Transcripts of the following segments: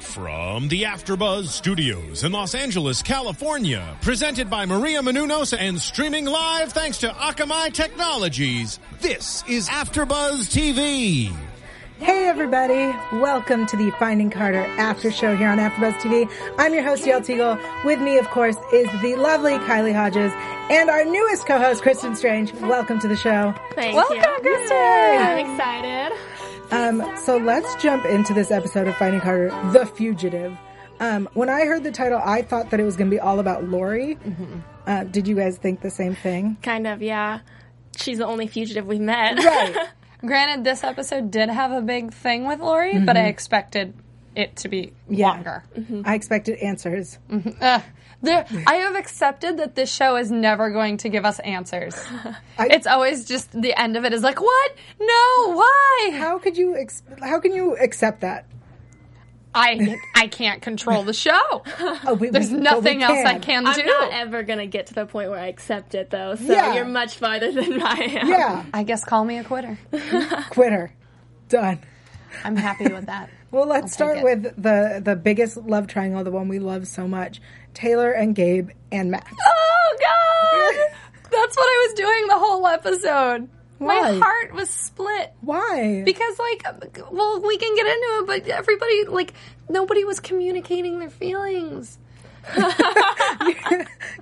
From the AfterBuzz Studios in Los Angeles, California, presented by Maria Menounos and streaming live thanks to Akamai Technologies. This is AfterBuzz TV. Hey everybody, welcome to the Finding Carter after show here on AfterBuzz TV. I'm your host Yael Teagle. With me, of course, is the lovely Kylie Hodges and our newest co-host Kristen Strange. Welcome to the show. Thank welcome, you. Kristen. I'm excited. Um, so let's jump into this episode of Finding Carter, The Fugitive. Um, when I heard the title, I thought that it was going to be all about Lori. Mm-hmm. Uh, did you guys think the same thing? Kind of, yeah. She's the only fugitive we met. Granted, this episode did have a big thing with Lori, but Mm-hmm. I expected it to be longer. I expected answers. Ugh. There, I have accepted that this show is never going to give us answers. it's always just the end of it is like, what? No, why? How could you? Ex- how can you accept that? I I can't control the show. Oh, we- There's we- but we nothing else I can I'm do. not ever going to get to the point where I accept it, though, so Yeah. you're much farther than I am. Yeah, I guess call me a quitter. quitter. Done. I'm happy with that. Well, let's start it. with the the biggest love triangle, the one we love so much: Taylor and Gabe and Max. oh God, that's what I was doing the whole episode. Why? My heart was split. Why? Because, like, well, we can get into it, but everybody, like, nobody was communicating their feelings.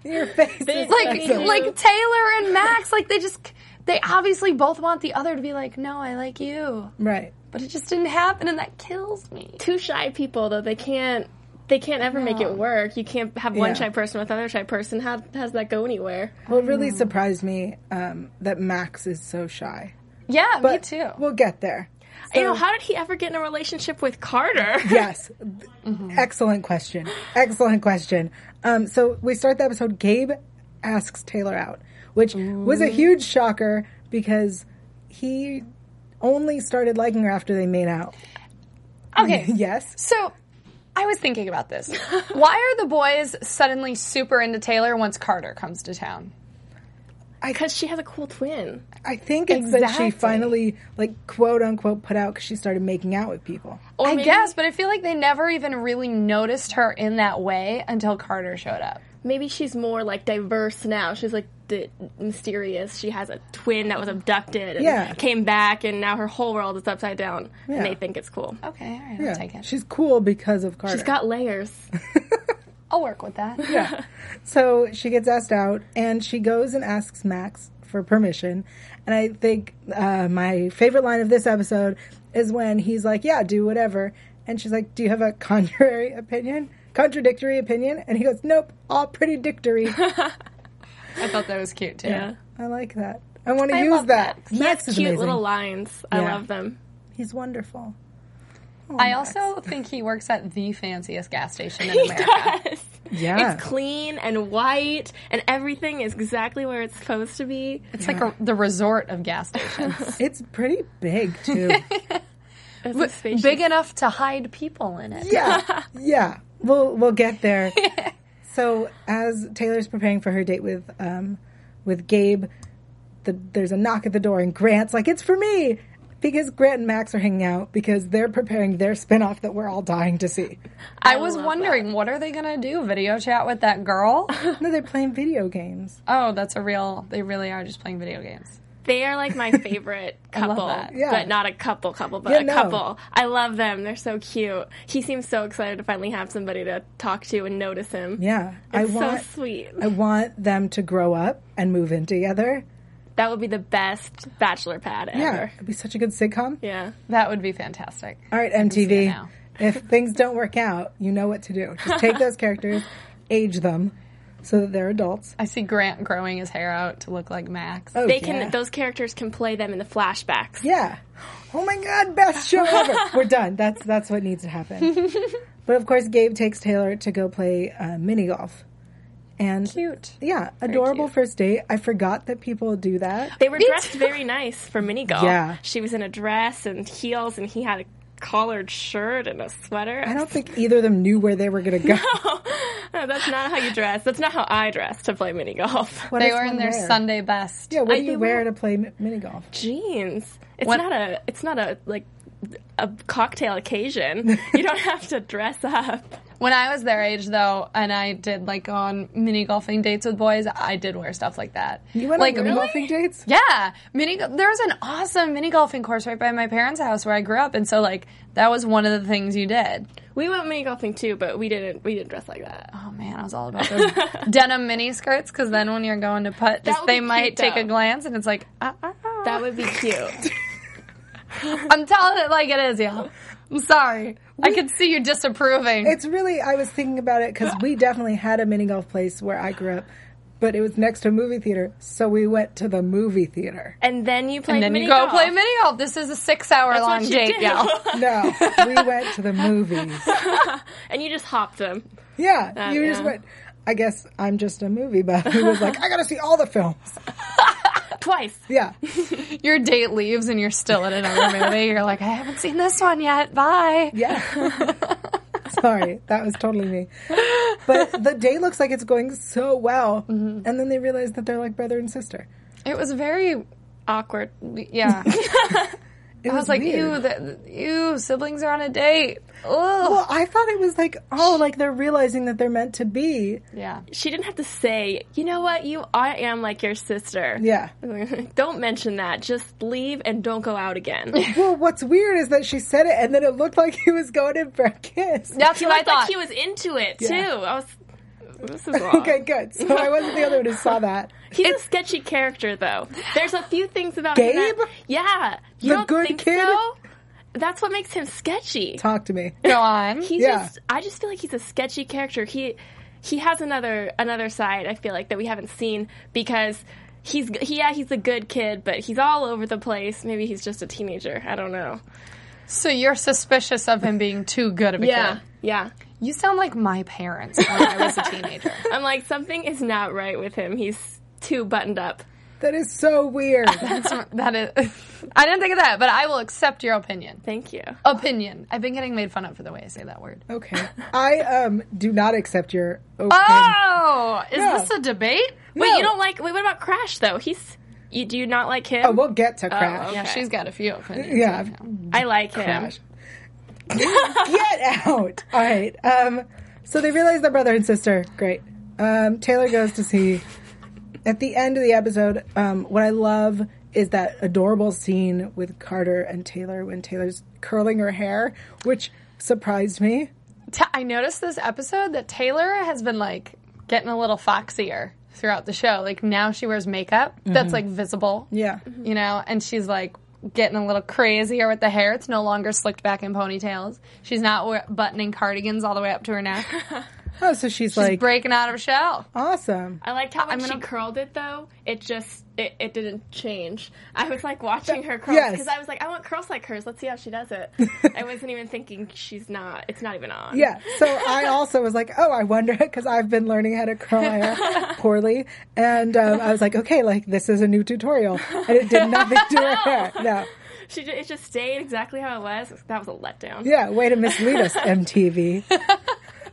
your face. Is Like, Thank you. like Taylor and Max, like, they just, they obviously both want the other to be like, no, I like you. right. But it just didn't happen, and that kills me. Two shy people, though, they can't. They can't ever make it work. You can't have one Yeah. shy person with another shy person. How does that go anywhere? Well, it Mm. really surprised me um, that Max is so shy. Yeah, But me too. We'll get there. you know, how did he ever get in a relationship with Carter? Yes. Mm-hmm. Excellent question. Excellent question. Um, so we start the episode. Gabe asks Taylor out, which was a huge shocker because he only started liking her after they made out. okay. Yes. So, I was thinking about this. Why are the boys suddenly super into Taylor once Carter comes to town? Because she has a cool twin. I think it's that Exactly. she finally, like, quote unquote, put out because she started making out with people. I maybe- guess, but I feel like they never even really noticed her in that way until Carter showed up. Maybe she's more like diverse now. She's like d- mysterious. She has a twin that was abducted and Yeah. came back, and now her whole world is upside down, Yeah. and they think it's cool. Okay, all right, Yeah. I'll take it. She's cool because of Carter. She's got layers. I'll work with that. So she gets asked out, and she goes and asks Max for permission. And I think uh, my favorite line of this episode is when he's like, "Yeah, do whatever," and she's like, "Do you have a contrary opinion, contradictory opinion?" And he goes, "Nope, all pretty dictory." I thought that was cute too. I like that. I want to I use love that. Max. Max, He has is cute amazing. little lines. I Yeah. love them. He's wonderful. I also think he works at the fanciest gas station in America. Yeah, It's clean and white, and everything is exactly where it's supposed to be. It's like a, the resort of gas stations, it's pretty big too. It's a spacious- big enough to hide people in it. yeah, yeah. We'll we'll get there. so as Taylor's preparing for her date with um with Gabe, the, there's a knock at the door, and Grant's like, "It's for me." Because Grant and Max are hanging out because they're preparing their spinoff that we're all dying to see. I was wondering, what are they gonna do? Video chat with that girl? No, they're playing video games. oh, that's a real. They really are just playing video games. They are like my favorite love couple, that. Yeah. but not a couple couple, but Yeah, a no. couple. I love them. They're so cute. He seems so excited to finally have somebody to talk to and notice him. Yeah, I It's want so sweet. I want them to grow up and move in together. That would be the best bachelor pad Yeah, ever. it'd be such a good sitcom. Yeah. That would be fantastic. All right, it MTV. now. If things don't work out, you know what to do. Just take those characters, age them, so that they're adults. I see Grant growing his hair out to look like Max. Oh, They can yeah. those characters can play them in the flashbacks. Yeah. Oh my god, best show ever. We're done. That's that's what needs to happen. but of course, Gabe takes Taylor to go play uh, mini golf, And Cute. Yeah, adorable cute. first date. I forgot that people do that. They were Me dressed too. very nice for mini golf. Yeah. She was in a dress and heels, and he had a collared shirt and a sweater. I don't think either of them knew where they were going to go. No, that's not how you dress. That's not how I dress to play mini golf. What They does were in one their wear? Sunday best. Yeah, what I- do you they wear were- to play mi- mini golf? Jeans. It's What- not a. It's not a like a cocktail occasion. you don't have to dress up. When I was their age, though, and I did like go on mini golfing dates with boys, I did wear stuff like that. You went like, on mini really? golfing dates? Yeah, mini. There was an awesome mini golfing course right by my parents' house where I grew up, and so like that was one of the things you did. We went mini golfing too, but we didn't. We didn't dress like that. Oh man, I was all about those denim mini skirts because then when you're going to putt, just, would be they might cute, take a though. glance and it's like, ah, ah, ah. That would be cute. I'm telling it like it is, y'all. I'm sorry. I could see you disapproving. It's really, I was thinking about it because we definitely had a mini golf place where I grew up, but it was next to a movie theater. So we went to the movie theater. and then you played and then mini you go golf. play mini golf. This is a what six-hour-long you date, do. y'all. No, we went to the movies. and you just hopped them. Yeah, Uh, That- you just yeah. went. I guess I'm just a movie buff who was like, I gotta see all the films. Twice. Yeah, Your date leaves and you're still in another movie. You're like, I haven't seen this one yet. Bye. yeah. Sorry, that was totally me. But the day looks like it's going so well, Mm-hmm. and then they realize that they're like brother and sister. It was very awkward. Yeah. It I was like, weird. ew, the, ew, siblings are on a date. Ugh. Well, I thought it was like, oh, like they're realizing that they're meant to be. yeah. She didn't have to say, you know what, you I am like your sister. Yeah. don't mention that. Just leave and don't go out again. Well, what's weird is that she said it, and then it looked like he was going in for a kiss. That's he what I looked thought. like he was into it Yeah. too. I was. This is wrong. Okay, good. So I wasn't the other one who saw that. He's a sketchy character, though. There's a few things about Gabe? Him that, yeah, you The don't good think kid? so? That's what makes him sketchy. Talk to me. Go on. He's Yeah. just. I just feel like he's a sketchy character. He he has another another side. I feel like that we haven't seen because. He's he, yeah he's a good kid but he's all over the place maybe he's just a teenager I don't know So you're suspicious of him being too good of a kid. yeah You sound like my parents when I was a teenager. I'm like something is not right with him he's too buttoned up That is so weird. That's not- that is, I didn't think of that, but I will accept your opinion. thank you Oh. Opinion. I've been getting made fun of for the way I say that word. Okay. I um do not accept your open. Oh, is Yeah. this a debate? wait No. you don't like wait what about Crash though he's you do you not like him Oh, we'll get to Crash. Yeah, okay. she's got a few opinions. Yeah. I like him Crash. get out. All right. Um so they realize they're brother and sister. Great. Um Taylor goes to see at the end of the episode, um, what I love is that adorable scene with Carter and Taylor when Taylor's curling her hair, which surprised me. Ta- I noticed this episode that Taylor has been like getting a little foxier throughout the show. Like now she wears makeup that's like visible. Yeah. You know, and she's like getting a little crazier with the hair. It's no longer slicked back in ponytails. She's not we- buttoning cardigans all the way up to her neck. Oh, so she's, She's like breaking out of her shell. awesome. I liked how when gonna- she curled it though it just it, it didn't change I was like watching her curls Yes. because I was like I want curls like hers let's see how she does it I wasn't even thinking she's not it's not even on Yeah. So I also was like, oh, I wonder because I've been learning how to curl hair poorly, and um, I was like, okay, like this is a new tutorial, and it did nothing to her hair. No. she ju- it just stayed exactly how it was that was a letdown Yeah. Way to mislead us, MTV.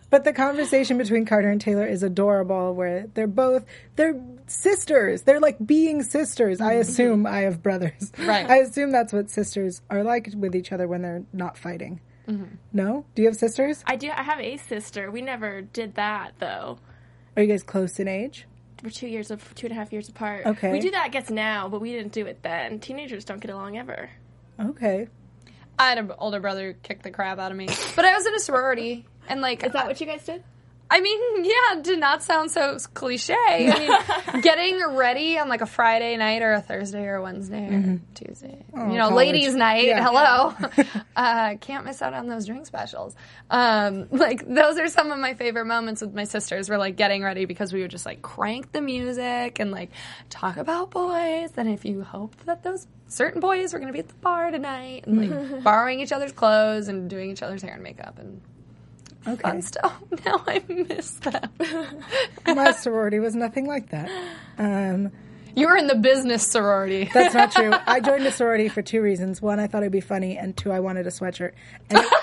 But the conversation between Carter and Taylor is adorable, where they're both they're sisters. They're like being sisters. I assume I have brothers. Right. I assume that's what sisters are like with each other when they're not fighting. No? Do you have sisters? I do I have a sister we never did that though Are you guys close in age? We're two years of two and a half years apart. Okay. We do that, I guess, now, but we didn't do it then. Teenagers don't get along ever. Okay. I had an older brother who kicked the crap out of me, but I was in a sorority. And like, Is that what you guys did? I mean, yeah, did not sound so cliche. I mean, getting ready on like a Friday night or a Thursday or a Wednesday or Tuesday, you know, Mm-hmm. Oh, college. ladies' night. Yeah. Hello, uh, can't miss out on those drink specials. Um, like those are some of my favorite moments with my sisters. We're like getting ready because we would just like crank the music and like talk about boys. And if you hoped that those certain boys were going to be at the bar tonight, and like borrowing each other's clothes and doing each other's hair and makeup and Okay. on stuff. Now I miss them. My sorority was nothing like that. Um, you were in the business sorority. that's not true. I joined a sorority for two reasons. One, I thought it'd be funny, and two, I wanted a sweatshirt. And it-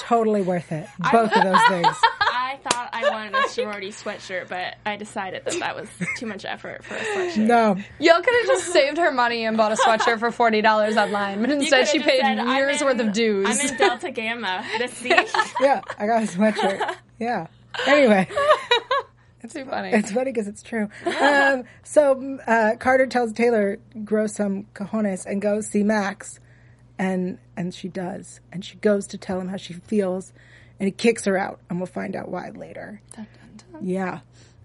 totally worth it. Both of those things. I thought I wanted a sorority sweatshirt, but I decided that that was too much effort for a sweatshirt. No. Y'all could have just saved her money and bought a sweatshirt for forty dollars online, but You instead could've she just paid said, I'm years in- worth of dues. I'm in Delta Gamma. The C. Yeah, I got a sweatshirt. Yeah. Anyway. Too funny. It's funny because it's true. Um, so mm, uh, Carter tells Taylor, grow some cojones and go see Max. And, and she does. And she goes to tell him how she feels. And he kicks her out. And we'll find out why later. Yeah.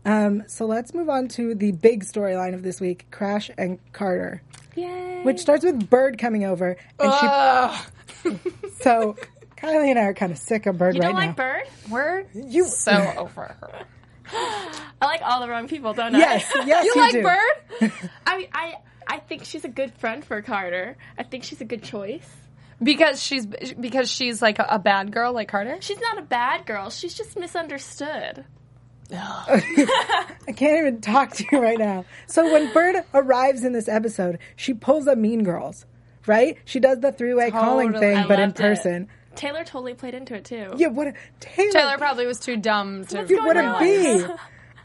Um, so let's move on to the big storyline of this week Crash and Carter, Yay. which starts with Bird coming over. Oh And Ugh. she, so Kylie and I are kind of sick of Bird you right don't now. like Bird? We're You- so over her. I like all the wrong people, don't I? Yes, yes, you, You like do. Bird? I I I think she's a good friend for Carter. I think she's a good choice. Because she's because she's like a, a bad girl like Carter? She's not a bad girl. She's just misunderstood. I can't even talk to you right now. So when Bird arrives in this episode, she pulls a Mean Girls, right? She does the three-way calling Totally. thing, I but in loved it. person. Taylor totally played into it too. Yeah, what a Taylor, Taylor probably was too dumb to What's going what a on? bee.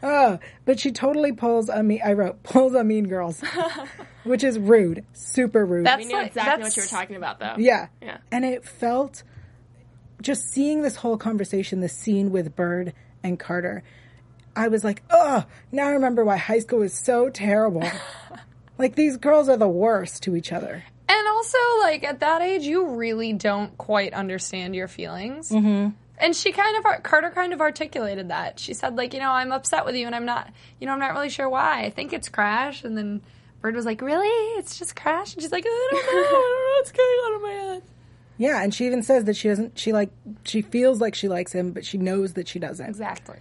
Oh, but she totally pulls a mean. I wrote pulls a Mean Girls, which is rude, super rude. we That's knew like- exactly what that's- you were talking about though. yeah, Yeah. and it felt just seeing this whole conversation, the scene with Bird and Carter. I was like, oh, now I remember why high school was so terrible. like these girls are the worst to each other. And also, like at that age, you really don't quite understand your feelings. And she kind of ar- Carter kind of articulated that. She said, like, you know, I'm upset with you, and I'm not, you know, I'm not really sure why. I think it's Crash. And then Bird was like, really? It's just Crash? And she's like, I don't know, I don't know what's going on in my head. Yeah, and she even says that she doesn't. She like she feels like she likes him, but she knows that she doesn't. Do Exactly.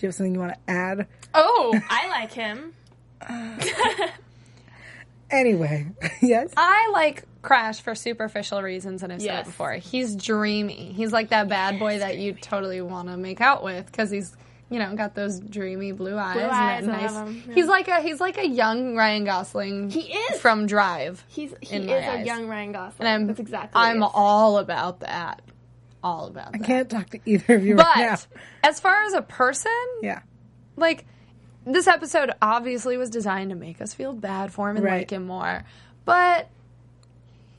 you have something you want to add? Oh, I like him. Anyway, yes. I like Crash for superficial reasons, and I've said Yes. it before. He's dreamy. He's like that bad boy that you totally want to make out with because he's, you know, got those dreamy blue eyes. and eyes, that I nice. love him, yeah. He's like a he's like a young Ryan Gosling. He is. from Drive. He's he In is my a eyes. young Ryan Gosling. and I'm That's exactly. what I'm he is. all about that. All about that. Can't talk to either of you but right now. as far as a person, Yeah. like this episode obviously was designed to make us feel bad for him and Right. like him more but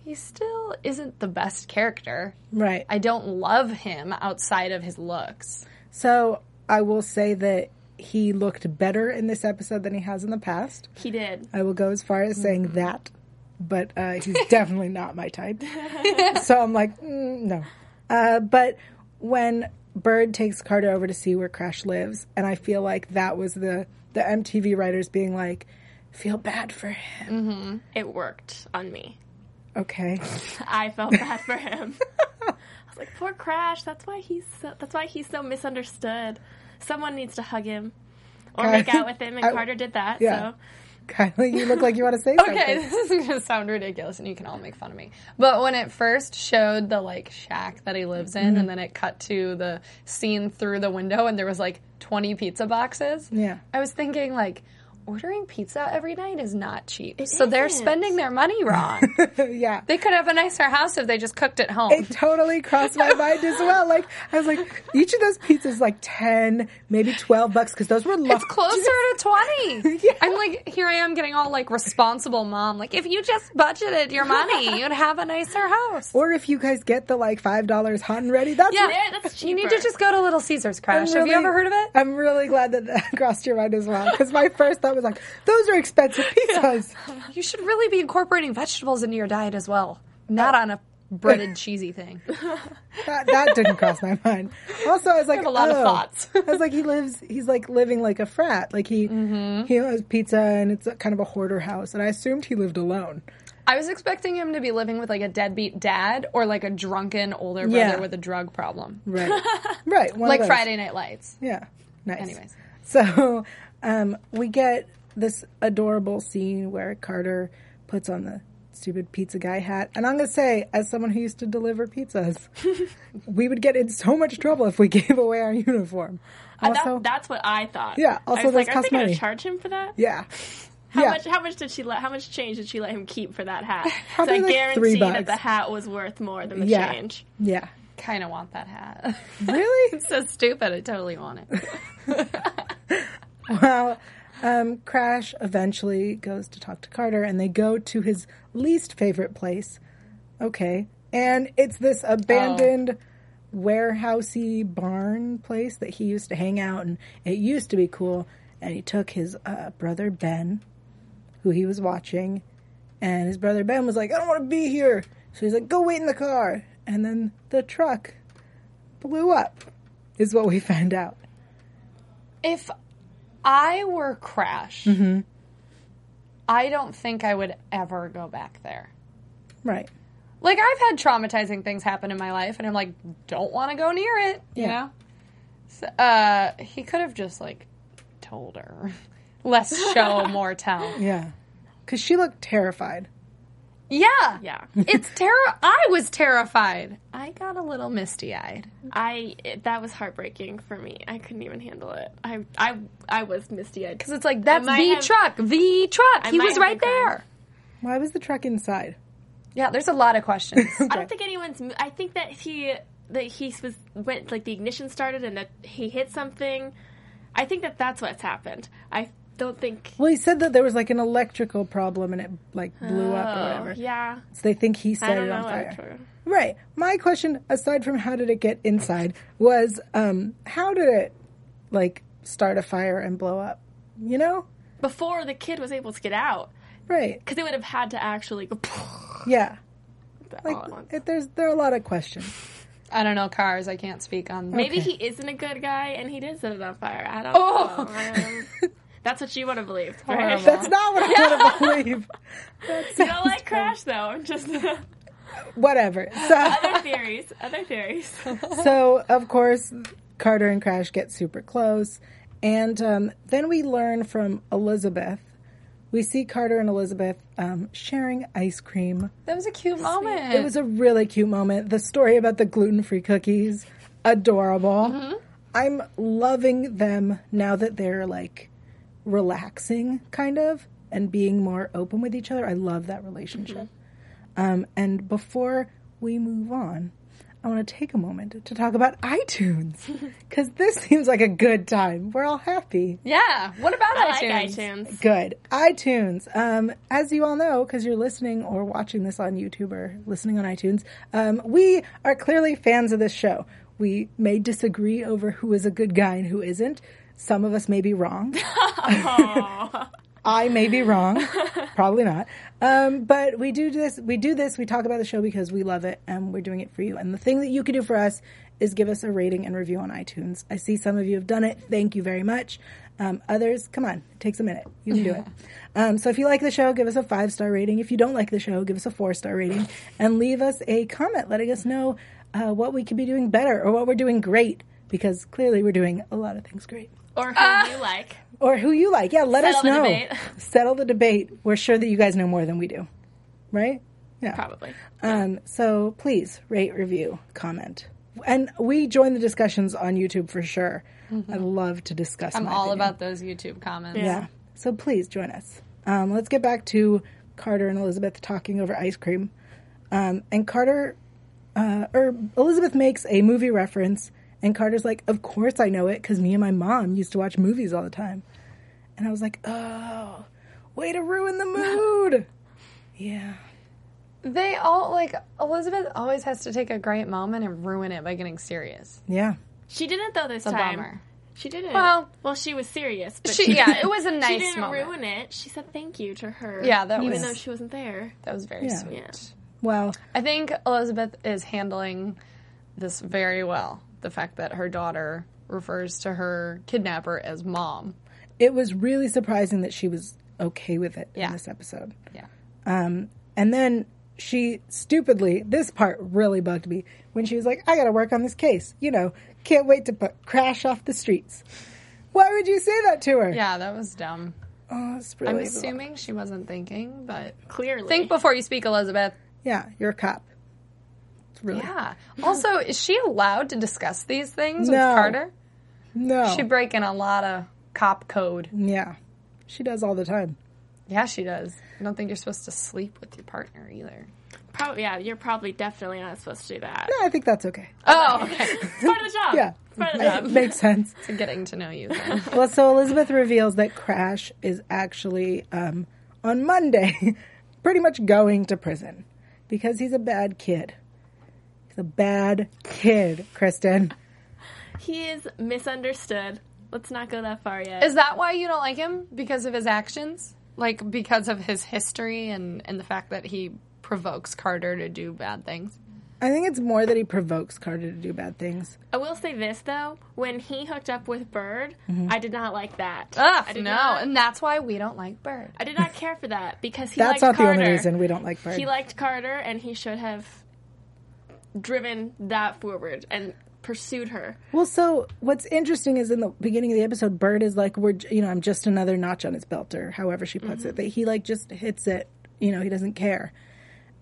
he still isn't the best character Right. i don't love him outside of his looks so I will say that he looked better in this episode than he has in the past. He did. I will go as far as saying Mm. that, but uh, he's definitely not my type. so I'm like, mm, no. Uh, but when Bird takes Carter over to see where Crash lives, and I feel like that was the the MTV writers being like, feel bad for him. It worked on me. Okay, I felt bad for him. I was like, poor Crash. That's why he's so, that's why he's so misunderstood. Someone needs to hug him or Car- make out with him, and I- Carter did that. yeah. So Kylie, you look like you want to say okay something. this is going to sound ridiculous and you can all make fun of me but when it first showed the like shack that he lives in and then it cut to the scene through the window and there was like 20 pizza boxes Yeah. i was thinking like ordering pizza every night is not cheap so they're isn't. spending their money wrong yeah. They could have a nicer house if they just cooked at home. it totally crossed my mind as well. Like I was like, each of those pizzas like ten, maybe twelve bucks because those were lo- it's closer to 20. I'm like, here I am getting all like responsible mom. Like, if you just budgeted your money, you'd have a nicer house. Or if you guys get the like five dollars hot and ready, that's Yeah, There, that's You need to cheaper. just go to Little Caesars Crash. I'm have you really- ever heard of it? I'm really glad that that crossed your mind as well because my first thought was like, those are expensive pizzas. You should really be incorporating vegetables into your diet as well, not on a breaded cheesy thing. That, that didn't cross my mind. Also, I was like, have a lot of oh. thoughts. I was like, he lives. He's like living like a frat. Like he Mm-hmm. he has pizza and it's a, kind of a hoarder house. And I assumed he lived alone. I was expecting him to be living with like a deadbeat dad or like a drunken older brother Yeah. with a drug problem. Right. right. one of Like those. Friday Night Lights. Yeah. Nice. Anyways. So um, we get this adorable scene where Carter puts on the stupid pizza guy hat. And I'm going to say, as someone who used to deliver pizzas, we would get in so much trouble if we gave away our uniform. Uh, that- Also, that's what I thought. Yeah, also I was those like, are cost they going money. to charge him for that? yeah. How yeah. much? How much did she let? How much change did she let him keep for that hat? Probably so I like guarantee three bucks. that the hat was worth more than the Yeah. change. yeah. Kind of want that hat. Really? it's so stupid. I totally want it. Well, um, Crash eventually goes to talk to Carter, and they go to his least favorite place. Okay, and it's this abandoned warehousey barn place that he used to hang out, and it used to be cool. And he took his uh, brother Ben, who he was watching, and his brother Ben was like, "I don't want to be here," so he's like, "Go wait in the car." And then the truck blew up, is what we found out. If I were Crash, I don't think I would ever go back there. Right. Like I've had traumatizing things happen in my life, and I'm like, don't want to go near it. You Yeah. know. So, uh, he could have just like told her, less show, more tell. Yeah. Because she looked terrified. Yeah, Yeah. It's terror. I was terrified. I got a little misty eyed. I it, that was heartbreaking for me. I couldn't even handle it. I I I was misty eyed Because it's like that's might the have- truck, the truck. he might was have right been there. crying. Why was the truck inside? Yeah, there's a lot of questions. I don't think anyone's. mo- I think that he that he was went like the ignition started and that he hit something. I think that that's what's happened. I don't think. Well, he said that there was like an electrical problem and it like blew up or Oh, whatever. yeah. So they think he I set don't it on know. fire. Actually. Right. My question, aside from how did it get inside, was um, how did it like start a fire and blow up? You know? Before the kid was able to get out, Right. because they would have had to actually go Yeah. all at once. It, there's there are a lot of questions. I don't know cars. I can't speak on. Maybe Okay. he isn't a good guy and he did set it on fire. I don't Oh. know. Um, that's what you would have believed. Right? Horrible. That's not what I want to believe. You don't like Crash though. I'm just Whatever. So. other theories. Other theories. so of course carter and crash get super close and um, then we learn from elizabeth we see carter and elizabeth um, sharing ice cream That was a cute moment. it was a really cute moment the story about the gluten-free cookies adorable i'm loving them now that they're like relaxing kind of and being more open with each other i love that relationship um, and before we move on, I want to take a moment to talk about iTunes because this seems like a good time. We're all happy. yeah. What about I like iTunes? iTunes. Good. iTunes. Um, as you all know, because you're listening or watching this on YouTube or listening on iTunes, um, we are clearly fans of this show. We may disagree over who is a good guy and who isn't. Some of us may be wrong. I may be wrong, probably not. Um, but we do this. We do this. We talk about the show because we love it, and we're doing it for you. And the thing that you can do for us is give us a rating and review on iTunes. I see some of you have done it. Thank you very much. Um, others, come on, it takes a minute. You can do it. Um, so if you like the show, give us a five star rating. If you don't like the show, give us a four star rating, and leave us a comment letting us know uh, what we could be doing better or what we're doing great because clearly we're doing a lot of things great Or who Ah. you like. or who you like. Yeah, let Settle us the know. debate. Settle the debate. We're sure that you guys know more than we do, right? Yeah. Probably. Um, so please rate, review, comment, and we join the discussions on YouTube for sure. Mm-hmm. I love to discuss. I'm my all opinion. about those YouTube comments. Yeah. So please join us. Um, let's get back to Carter and Elizabeth talking over ice cream. Um, and Carter, uh, or Elizabeth makes a movie reference, and Carter's like, Of course I know it, because me and my mom used to watch movies all the time. And I was like, Oh, way to ruin the mood. yeah. They all like Elizabeth always has to take a great moment and ruin it by getting serious. Yeah. She didn't though this a time. bummer. She didn't. Well- well, she was serious. But She, yeah, it was a nice she didn't moment. ruin it. She said thank you to her. Yeah, that even was- though she wasn't there. That was very Yeah. sweet. Yeah. Well, I think Elizabeth is handling this very well. The fact that her daughter refers to her kidnapper as mom. it was really surprising that she was okay with it Yeah. in this episode. Um, Yeah. And then she stupidly, this part really bugged me when she was like, I gotta work on this case. You know, can't wait to put Crash off the streets. Why would you say that to her? Yeah, that was dumb. Oh, it's I'm really assuming she wasn't thinking, but Clearly. think before you speak, Elizabeth. Yeah, you're a cop. It's really Yeah. Also, is she allowed to discuss these things No. with Carter? no. She break in a lot of cop code. yeah, she does all the time. Yeah, she does. I don't think you're supposed to sleep with your partner either. Prob- yeah, you're probably definitely not supposed to do that. I think that's okay. Oh, okay. It's part of the job. Yeah. It's part of the It job. makes sense. so getting to know you. Then. Well, so Elizabeth reveals that Crash is actually um, on Monday, pretty much going to prison because he's a bad kid. He's a bad kid, Kristen. He is misunderstood. Let's not go that far yet. Is that why you don't like him? Because of his actions? Like because of his history and, and the fact that he provokes Carter to do bad things? I think it's more that he provokes Carter to do bad things. I will say this though: when he hooked up with Bird, I did not like that. Mm-hmm. Ugh, I no. did not- And that's why we don't like Bird. I did not care for that because he That's not liked Carter. the only reason we don't like Bird. He liked Carter, and he should have driven that forward and pursued her. Well, so what's interesting is in the beginning of the episode, Bird is like, "We're you know, I'm just another notch on his belt," or however she puts it. That he like just hits it, you know, he doesn't care,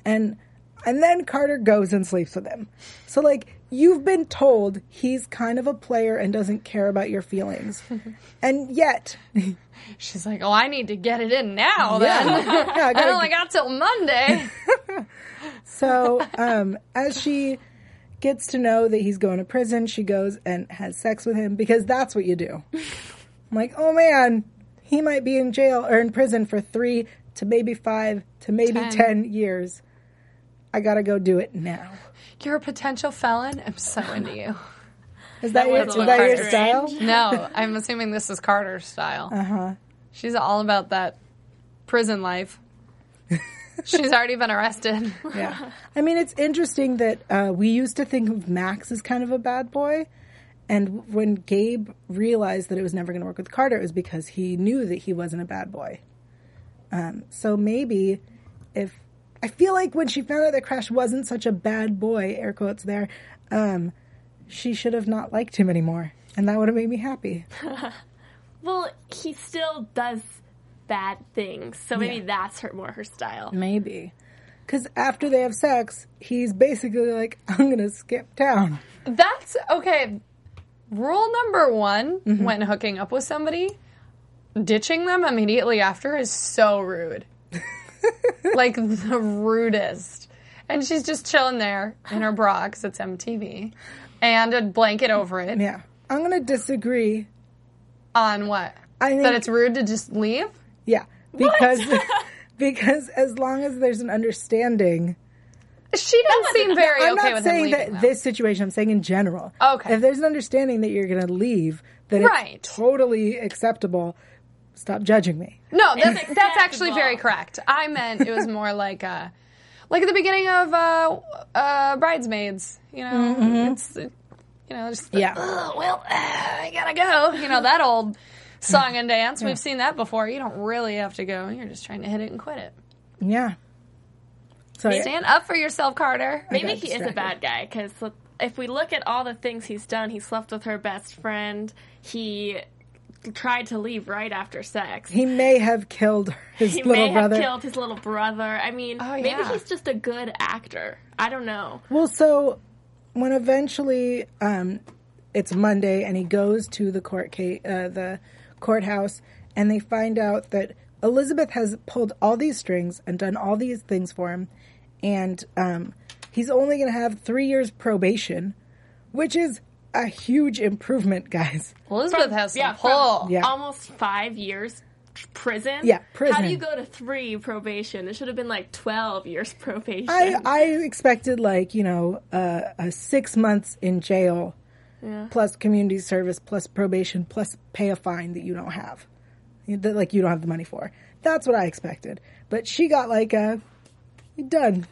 and and then Carter goes and sleeps with him. So like you've been told he's kind of a player and doesn't care about your feelings, and yet She's like, oh, I need to get it in now yeah, then. Yeah, I I gotta- only got till Monday. So, um, as she gets to know that he's going to prison, she goes and has sex with him because that's what you do. I'm like, oh man, he might be in jail or in prison for three to maybe five to maybe ten, Ten. years. I gotta go do it now. You're a potential felon. I'm so into you. Is that, was your, a is little that your strange. style? No, I'm assuming this is Carter's style. Uh huh. She's all about that prison life. She's already been arrested. Yeah. I mean, it's interesting that uh, we used to think of Max as kind of a bad boy. And when Gabe realized that it was never going to work with Carter, it was because he knew that he wasn't a bad boy. Um, so maybe if I feel like when she found out that Crash wasn't such a bad boy, air quotes there, um, she should have not liked him anymore. And that would have made me happy. Well, he still does bad things, so maybe that's her more her style. Maybe. Because after they have sex, he's basically like, I'm going to skip town. That's okay. Rule number one when hooking up with somebody, ditching them immediately after is so rude. like the rudest. And she's just chilling there in her bra 'cause it's MTV and a blanket over it. Yeah. I'm going to disagree On what? I think that it's rude to just leave? yeah because because as long as there's an understanding, She doesn't seem very I'm okay not with him saying leaving. that though. this situation. I'm saying in general. Okay. if there's an understanding that you're going to leave, then Right. it's totally acceptable. Stop judging me. No, that's, that's actually acceptable. very correct. I meant it was more like uh like at the beginning of uh, uh, bridesmaids. You know, Mm-hmm. it's uh, you know just the, Yeah. "Ugh, well, uh, I gotta go. You know that old song and dance. We've seen that before. You don't really have to go. You're just trying to hit it and quit it. Yeah. So Stand up for yourself, Carter. Maybe got he is a distracted. bad guy because if we look at all the things he's done, he slept with her best friend. He tried to leave right after sex. he may have killed his He little may brother. Oh, have killed his little brother. I mean, maybe yeah. he's just a good actor. I don't know. Well, so when eventually um, it's Monday and he goes to the court ca- uh, the courthouse, and they find out that Elizabeth has pulled all these strings and done all these things for him, and um, he's only going to have three years probation, which is a huge improvement, guys. Elizabeth has some yeah, from pull. Yeah. almost five years t- prison. Yeah, How do prison. you go to three probation? It should have been like twelve years probation. I, I expected like you know uh, a six months in jail, plus community service, plus probation, plus pay a fine that you don't have, You- that like you don't have the money for. That's what I expected. But she got like a you done.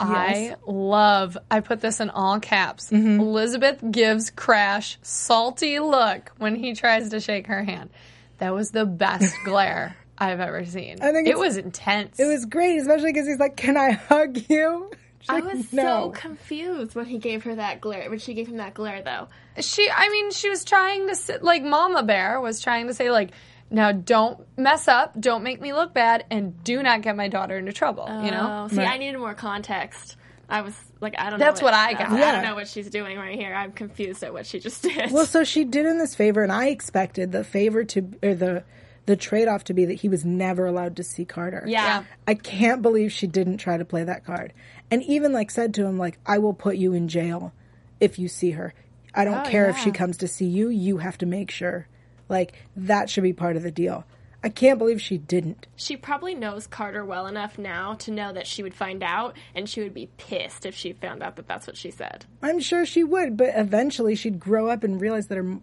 I love. I put this in all caps. Elizabeth gives Crash salty look when he tries to shake her hand. That was the best glare I've ever seen. I think it it's- was intense. It was great, especially because he's like, "Can I hug you?" She's I like, was so confused when he gave her that glare. When she gave him that glare, though, she. I mean, she was trying to sit like Mama Bear was trying to say like. Now don't mess up, don't make me look bad, and do not get my daughter into trouble. you know, Oh, see, Right. I needed more context. I was like, I don't. That's know what I got. I Yeah. don't know what she's doing right here. I'm confused at what she just did. Well, so she did him this favor, and I expected the favor to or the the trade off to be that he was never allowed to see Carter. yeah. I can't believe she didn't try to play that card, and even like said to him like, "I will put you in jail if you see her. I don't Oh, care if she comes to see you. You have to make sure. Like that should be part of the deal." I can't believe she didn't. She probably knows Carter well enough now to know that she would find out, and she would be pissed if she found out that that's what she said. I'm sure she would, but eventually she'd grow up and realize that her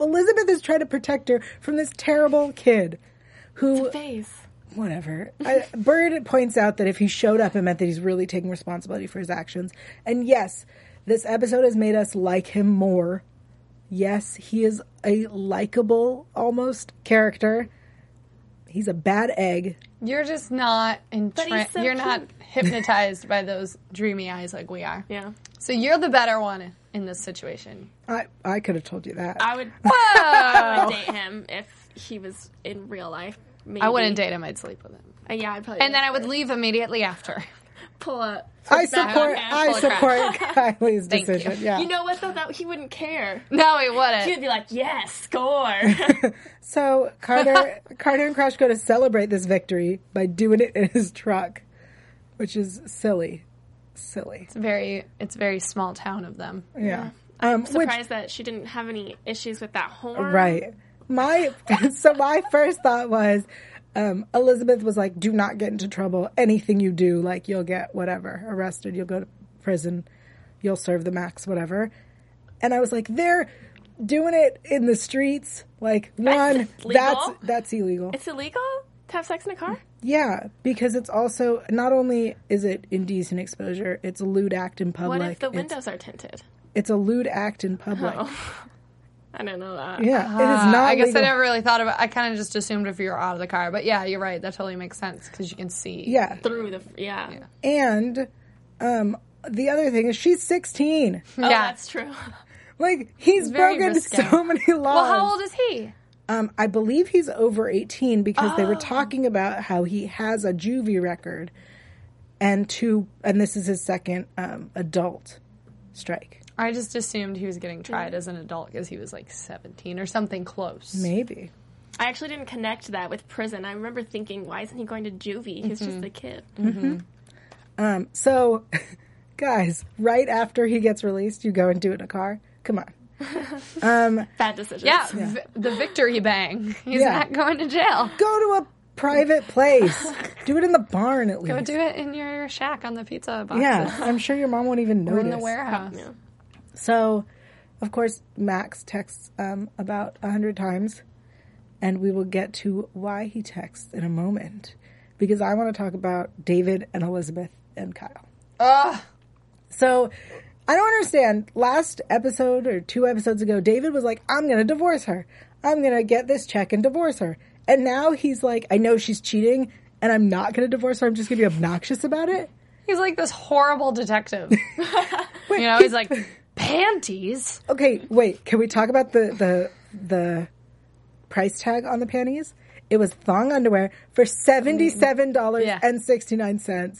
Elizabeth is trying to protect her from this terrible kid who Face. whatever. I, Bird points out that if he showed up, it meant that he's really taking responsibility for his actions. And yes, this episode has made us like him more. Yes, he is a likable almost character. He's a bad egg. you're just not he's entranced. so you're not cute. hypnotized by those dreamy eyes like we are. Yeah. So you're the better one in this situation. I I could have told you that. I would, I would date him if he was in real life. Maybe. I wouldn't date him. I'd sleep with him, Uh, yeah, I'd probably. and then I would leave immediately after. pull up. I support back. I support Kylie's Thank you. decision. Yeah. You know what though? That he wouldn't care. No, he He'd wouldn't. be like, "Yes, score." So Carter, Carter and Crash go to celebrate this victory by doing it in his truck, which is silly, silly. It's very, it's very small town of them. Yeah. Um, which Surprised that she didn't have any issues with that horn. right. My so my first thought was, um, Elizabeth was like, "Do not get into trouble. Anything you do, like you'll get whatever arrested. You'll go to prison. You'll serve the max, whatever." And I was like, "They're doing it in the streets. Like one, that's legal. that's illegal. It's illegal to have sex in a car. Yeah, because it's also not only is it indecent exposure, it's a lewd act in public. What if the It's- windows are tinted? It's, a lewd act in public. I don't know. Uh, Yeah, it is not. Ah, I guess legal. I never really thought about. I kind of just assumed if you were out of the car, but yeah, you're right. That totally makes sense because you can see. Yeah, Through the yeah. and um, the other thing is she's sixteen. Oh, Yeah. that's true. Like he's Hmm. very broken risque. so many laws. Well, how old is he? Um, I believe he's over 18 because they Oh. were talking about how he has a juvie record and two, and this is his second um, adult strike. I just assumed he was getting tried as an adult because he was like 17 or something close. Maybe. I actually didn't connect that with prison. I remember thinking, why isn't he going to juvie? He's Mm-hmm. just a kid. So, guys, right after he gets released, you go and do it in a car. Come on. Bad decision. Yeah, v- the victory bang. He's Yeah. not going to jail. Go to a private place. do it in the barn at least. Go do it in your shack on the pizza box. yeah, I'm sure your mom won't even in the notice. warehouse. So, of course, Max texts um, about a hundred times, and we will get to why he texts in a moment because I want to talk about David and Elizabeth and Kyle. Ugh. So I don't understand. Last episode or two episodes ago, David was like, I'm going to divorce her. I'm going to get this check and divorce her. And now he's like, I know she's cheating and I'm not going to divorce her. I'm just going to be obnoxious about it. He's like this horrible detective. you know, he's like panties. Okay, wait. Can we talk about the, the, the price tag on the panties? It was thong underwear for $77.69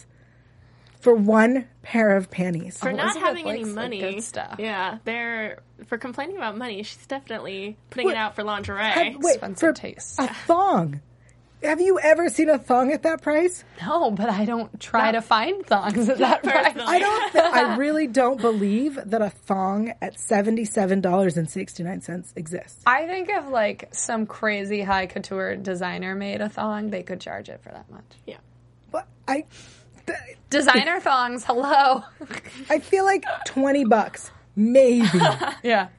for one pair of panties. For not Elizabeth having any likes the money. good stuff. Yeah, they're for complaining about money. She's definitely putting What? it out for lingerie. Wait, expensive for taste. a thong. Have you ever seen a thong at that price? No, but I don't try to find thongs at that price. Personally. I don't. Th- I really don't believe that a thong at seventy-seven dollars and sixty-nine cents exists. I think if like some crazy high couture designer made a thong, they could charge it for that much. yeah. But I, th- Designer thongs, hello. I feel like twenty bucks, maybe. Yeah.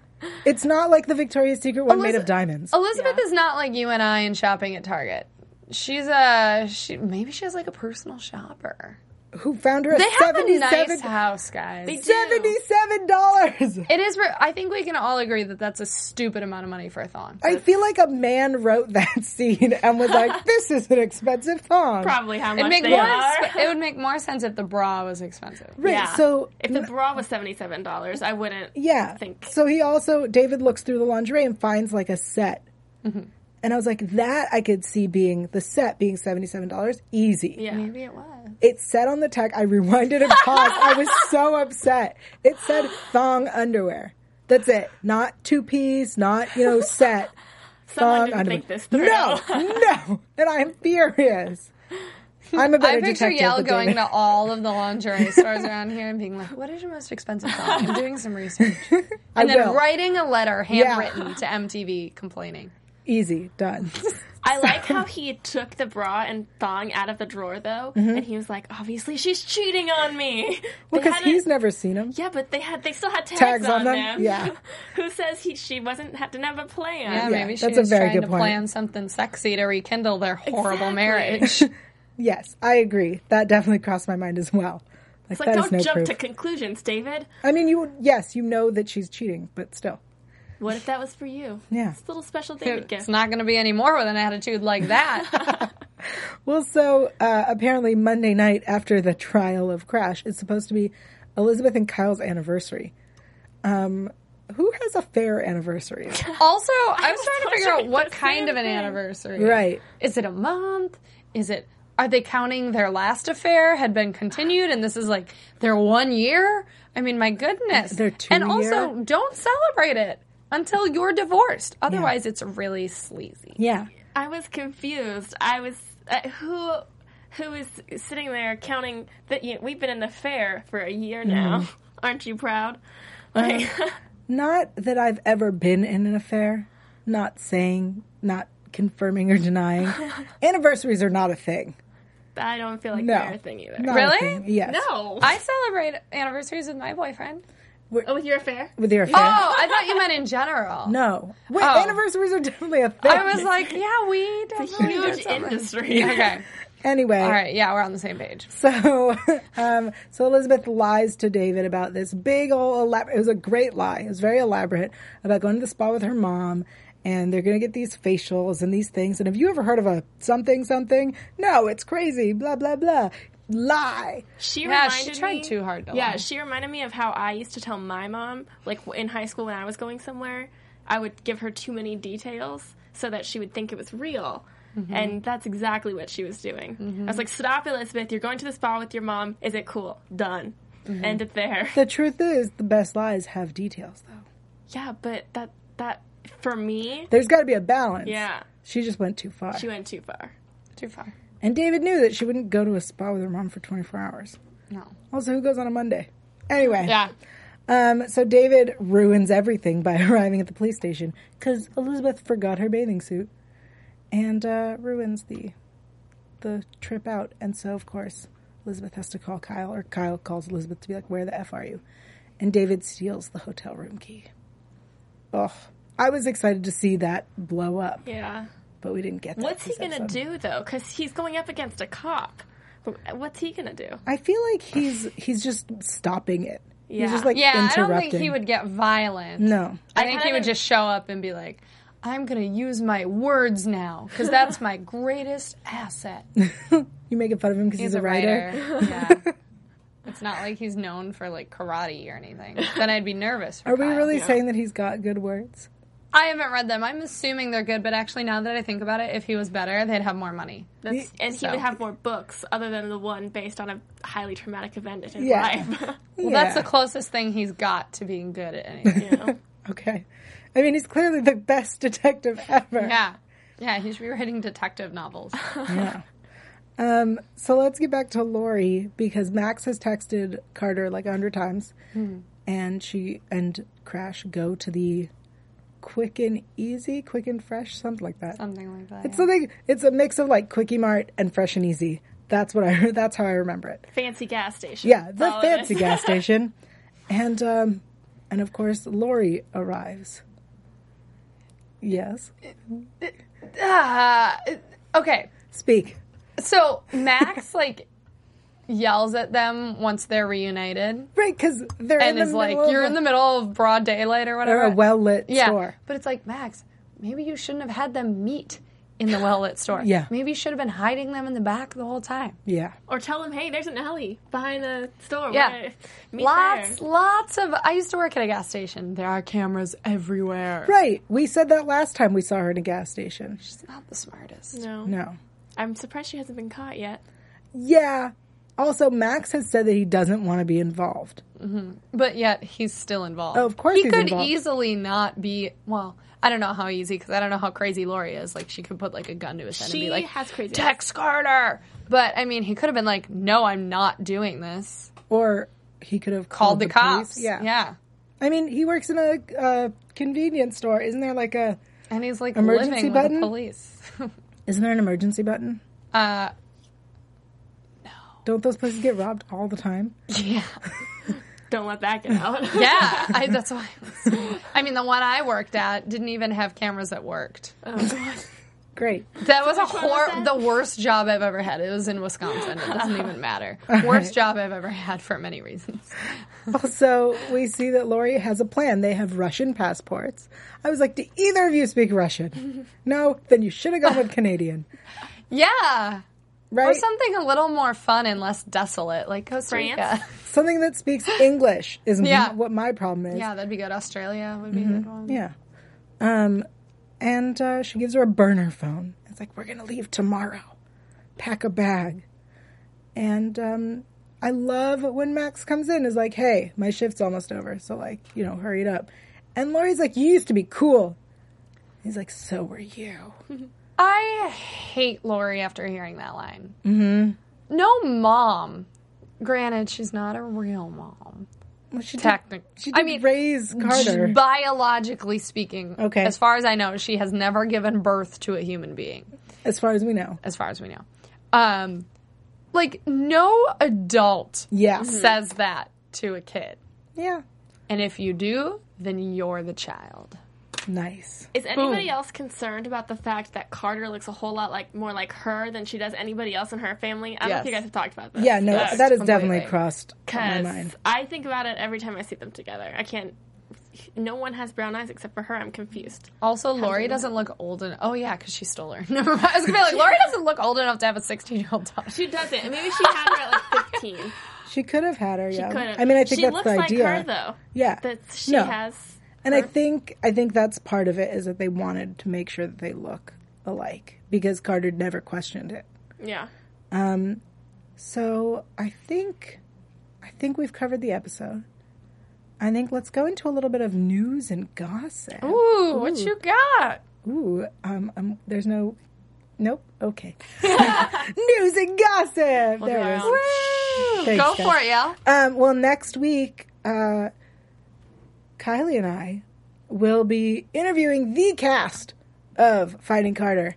it's not like the Victoria's Secret one made Eliza- of diamonds. Elizabeth is not like you and I in shopping at Target. She's a she. Maybe she has like a personal shopper. Who found her at They have a nice seventy-seven house, guys. They do. seventy-seven dollars? It is. re- I think we can all agree that that's a stupid amount of money for a thong. I feel like a man wrote that scene and was like, "This is an expensive thong." Probably how It'd much make they more. are. sp- It would make more sense if the bra was expensive. Right, Yeah. So if the bra was seventy seven dollars, I wouldn't. Yeah. Think. Mm-hmm. So he also David looks through the lingerie and finds like a set. And I was like, that I could see being the set being $77 easy. Yeah. Maybe it was. It said on the tag, I rewinded and paused. I was so upset. It said thong underwear. That's it. Not two piece, not, you know, set. Someone Thong didn't underwear. think this through. No, no. And I'm furious. I'm a better I picture detective. Yale than going Dana. to all of the lingerie stores around here and being like, "What is your most expensive thong?" I'm doing some research, and I then will. writing a letter handwritten to MTV complaining. Easy, done. I like how he took the bra and thong out of the drawer though, Mm-hmm. and he was like, "Obviously, she's cheating on me." They Because hadn't- he's never seen him. Yeah, but they had they still had tags, Tags on on, them? them. Yeah. Who says he she wasn't had, didn't have a plan? Yeah, maybe she that's a was very trying good to point. plan something sexy to rekindle their horrible Exactly. marriage. Yes, I agree. That definitely crossed my mind as well. Like, It's like that don't is no jump proof. to conclusions, David. I mean, you yes, you know that she's cheating, but still. What if that was for you? Yeah. It's a little special David it's gift. not going to be any more with an attitude like that. Well, so uh, apparently Monday night after the trial of Crash is supposed to be Elizabeth and Kyle's anniversary. Um, who has a fair anniversary? also, I was was trying to figure wondering out what the kind same of an thing. anniversary. Right. Is it a month? Is it are they counting their last affair had been continued and this is like their one year? I mean, my goodness. Their two and also, year? don't celebrate it until you're divorced. Otherwise, it's really sleazy. yeah. I was confused. I was uh, who who is sitting there counting that you we've been in the fair for a year now. Aren't you proud? Uh-huh. Like, Not that I've ever been in an affair. Not saying, not confirming or denying. Anniversaries are not a thing. I don't feel like No. they're a thing either. Not a Really? thing. Yes. No. I celebrate anniversaries with my boyfriend. oh, with your affair? With your affair? Oh, I thought you meant in general. No. Wait, Oh. anniversaries are definitely a thing. I was like, yeah, we definitely did Huge something. industry. Okay. anyway. All right. Yeah, we're on the same page. So, um, so Elizabeth lies to David about this big old elaborate. It was a great lie. It was very elaborate about going to the spa with her mom, and they're going to get these facials and these things. And have you ever heard of a something something? No, it's crazy. Blah blah blah. Lie. She Yeah, she reminded tried me, too hard to yeah, lie. she reminded me of how I used to tell my mom, like w- in high school when I was going somewhere, I would give her too many details so that she would think it was real. Mm-hmm. And that's exactly what she was doing. I was like, "Stop, Elizabeth! You're going to the spa with your mom. Is it cool? Done. Mm-hmm. End it there." The truth is, the best lies have details, though. yeah, but that that for me, There's got to be a balance. Yeah. She just went too far. she went too far. Too far. and David knew that she wouldn't go to a spa with her mom for 24 hours. No. Also, who goes on a Monday? Anyway. Yeah. Um, so David ruins everything by arriving at the police station because Elizabeth forgot her bathing suit and uh, ruins the the trip out. And so, of course, Elizabeth has to call Kyle, or Kyle calls Elizabeth to be like, "Where the f are you?" And David steals the hotel room key. Ugh. I was excited to see that blow up, Yeah. but we didn't get that. What's he this gonna episode. do though? Because he's going up against a cop. What's he gonna do? I feel like he's he's just stopping it. Yeah. He's just like Yeah, I interrupting. don't think he would get violent. No. I think he kinda- would just show up and be like, I'm going to use my words now because that's my greatest asset. He's, You making fun of him because he's, a writer. writer. yeah. It's not like he's known for like karate or anything. Then I'd be nervous. For Are we Kyle. really saying that he's got good words? I haven't read them. I'm assuming they're good, but actually, now that I think about it, if he was better, they'd have more money. That's, and so- he would have more books other than the one based on a highly traumatic event in his Yeah. life. Well, that's the closest thing he's got to being good at anything. you know? okay. I mean, he's clearly the best detective ever. yeah. Yeah, he should be writing detective novels. Um, so let's get back to Lori because Max has texted Carter like a hundred times, Hmm. and she and Crash go to the Quick and Easy, Quick and Fresh, something like that. Something like that. It's something. It's a mix of like Quickie Mart and Fresh and Easy. That's what I. That's how I remember it. Fancy gas station. Yeah, the That's all it is. fancy gas station, and um, and of course Lori arrives. Yes, yeah. Uh, okay. speak. So Max like yells at them once they're reunited Right, because they're and in is the like, middle "You're of in the middle of broad daylight or a, whatever." well lit yeah, store. but it's like Max, maybe you shouldn't have had them meet. in the well lit store. Yeah. Maybe you should have been hiding them in the back the whole time. Yeah. Or tell them, hey, there's an alley behind the store. We're Yeah. gonna meet Lots, there. lots of. I used to work at a gas station. There are cameras everywhere. Right. We said that last time we saw her in a gas station. She's not the smartest. No. No. I'm surprised she hasn't been caught yet. Yeah. Also, Max has said that he doesn't want to be involved. But yet he's still involved. Oh, of course he he's could involved. easily not be. Well, I don't know how easy because I don't know how crazy Lori is. Like she could put like a gun to his head and She be like, has crazy eyes. "Text Carter." But I mean, he could have been like, "No, I'm not doing this." Or he could have called, Called the, police. cops. Yeah. yeah. I mean, he works in a uh, convenience store. Isn't there like a. And he's like Emergency living button? with the police. Isn't there an emergency button? Uh, Don't those places get robbed all the time? yeah. Don't let that get out. Yeah, I, that's why. I, was- I mean, the one I worked at didn't even have cameras that worked. Great. That was a one was hor- that? the worst job I've ever had. It was in Wisconsin. It doesn't even matter. Worst job I've ever had for many reasons. Also, we see that Lori has a plan. They have Russian passports. I was like, do either of you speak Russian? no? Then you should have gone with Canadian. Yeah, Right? or something a little more fun and less desolate, like Costa France? Rica. Something that speaks English is Yeah. not what my problem is. Yeah, that'd be good. Australia would be a good one. Yeah. Um, and uh, she gives her a burner phone. It's like, we're going to leave tomorrow. Pack a bag. And um, I love when Max comes in, is like, hey, my shift's almost over. So, like, you know, hurry it up. And Lori's like, you used to be cool. He's like, so were you. I hate Lori after hearing that line. Mm-hmm. No mom. Granted, she's not a real mom. Well, she Technic- Did, she did I mean, raise Carter. Biologically speaking, Okay. as far as I know, she has never given birth to a human being, as far as we know. as far as we know. Um, like, no adult Yeah. says that to a kid. Yeah. And if you do, then you're the child. Nice. Is anybody else concerned about the fact that Carter looks a whole lot like more like her than she does anybody else in her family? I don't know if you Yes. guys have talked about this. Yeah, no, but- that is definitely completely. crossed my Because mind. I think about it every time I see them together. I can't. No one has brown eyes except for her. I'm confused. Also, Lori doesn't look old enough. Oh, yeah, because she stole her. Never mind. I was going to be like, Lori doesn't look old enough to have a 16 year old daughter. She doesn't. Maybe she had her at like 15. She could have had her, She yeah. couldn't. I mean, I think she that's looks the like idea. her though. Yeah. That she No. has. And I think I think that's part of it is that they wanted to make sure that they look alike because Carter never questioned it. Yeah. So I think I think we've covered the episode. I think let's go into a little bit of news and gossip. Ooh, Ooh, what you got? um, um, there's no, nope, okay. news and gossip. there it is. Wow. Thanks, Go guys. for it, yeah. Um, well, next week, uh, Kylie and I will be interviewing the cast of Finding Carter.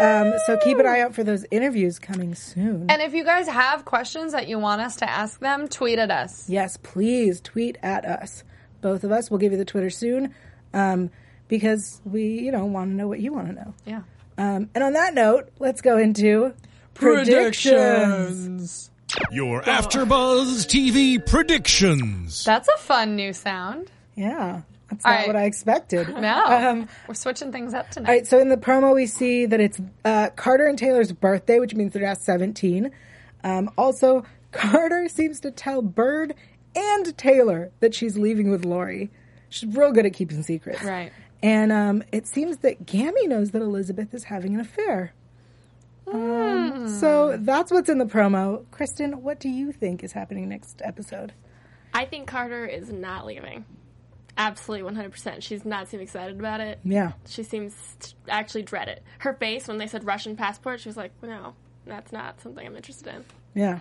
Um, so keep an eye out for those interviews coming soon. And if you guys have questions that you want us to ask them, tweet at us. yes, please tweet at us. Both of us will give you the Twitter soon um, because we, you know, want to know what you want to know. Yeah. Um, and on that note, let's go into predictions. Your AfterBuzz TV predictions. That's a fun new sound. Yeah, that's All not right. what I expected. No. Um, We're switching things up tonight. All right, so in the promo, we see that it's uh, Carter and Taylor's birthday, which means they're now 17. Um, also, Carter seems to tell Bird and Taylor that she's leaving with Lori. She's real good at keeping secrets. Right. And um, it seems that Gammy knows that Elizabeth is having an affair. Um, so that's what's in the promo. Kristen, what do you think is happening next episode? I think Carter is not leaving. Absolutely, 100%. She's not seem excited about it. Yeah. She seems to actually dread it. Her face, when they said Russian passport, she was like, no, that's not something I'm interested in. Yeah.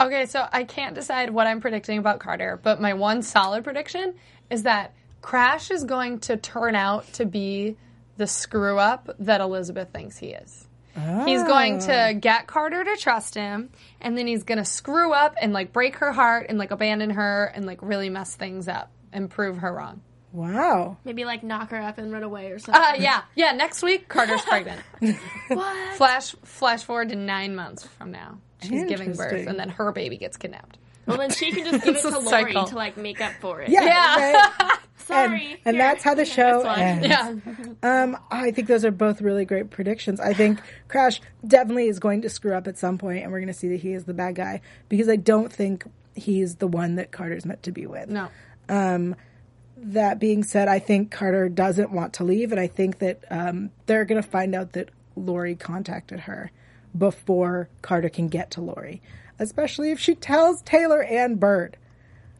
Okay, so I can't decide what I'm predicting about Carter, but my one solid prediction is that Crash is going to turn out to be the screw up that Elizabeth thinks he is. He's going to get Carter to trust him, and then he's going to screw up and like break her heart and like abandon her and like really mess things up and prove her wrong. Wow. Maybe like knock her up and run away or Uh, something. yeah, yeah. Next week, Carter's pregnant. Uh, what? Flash, flash forward to nine months from now. She's giving birth, Interesting. and then her baby gets kidnapped. Well, then she can just give it It's to a Lori cycle. to like make up for it. Yeah. Yeah. right. Sorry. and Here, that's how the take show this one. ends. Yeah. Um, I think those are both really great predictions. I think Crash definitely is going to screw up at some point, and we're going to see that he is the bad guy because I don't think he's the one that Carter's meant to be with. No. That being said, I think Carter doesn't want to leave, and I think that um, they're going to find out that Lori contacted her before Carter can get to Lori, especially if she tells Taylor and Bird.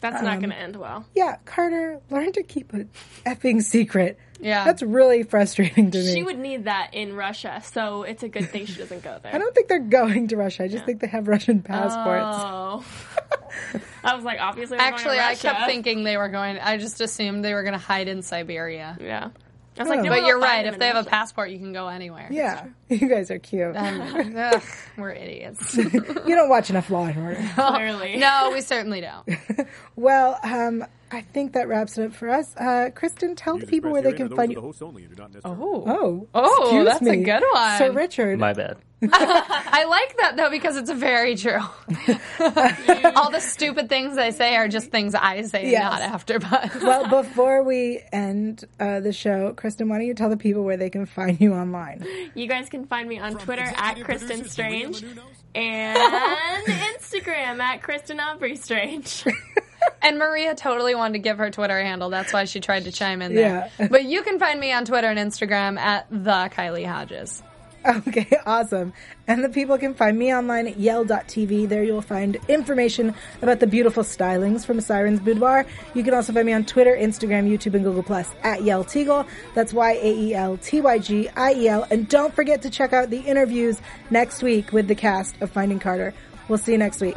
That's not going to end well. Um, Yeah, Carter, learn to keep a effing secret. Yeah. That's really frustrating to me. She would need that in Russia, so it's a good thing she doesn't go there. I don't think they're going to Russia. I just think they have Russian passports. Oh. I was like, obviously, we're Actually, going to I Russia. kept thinking they were going. I just assumed they were going to hide in Siberia. Yeah. I was like, Oh. no, But one But will you're find right. them If in they have a Russia. passport, you can go anywhere. yeah, you guys are cute. Ugh, we're idiots. you don't watch enough Law and Order. clearly. no, we certainly don't. well, um, I think that wraps it up for us. Uh, Kristen, tell the people where they can find you. Oh, Oh, excuse that's a me. good one. Sir Richard. My bad. I like that though because it's very true. All the stupid things I say are just things I say, Yes. not after. But well, before we end uh, the show, Kristen, why don't you tell the people where they can find you online? You guys can find me on Twitter at executive Kristen producers Maria Strange Menounos. and Instagram at Kristen Aubrey Strange. and Maria totally wanted to give her Twitter handle. That's why she tried to chime in there. Yeah. But you can find me on Twitter and Instagram at the Kylie Hodges. Okay, awesome. And the people can find me online at yell.tv. There you'll find information about the beautiful stylings from Sirens Boudoir. You can also find me on Twitter, Instagram, YouTube, and Google Plus at Yell Teagle. That's Y A E L T Y G I E L. And don't forget to check out the interviews next week with the cast of Finding Carter. We'll see you next week.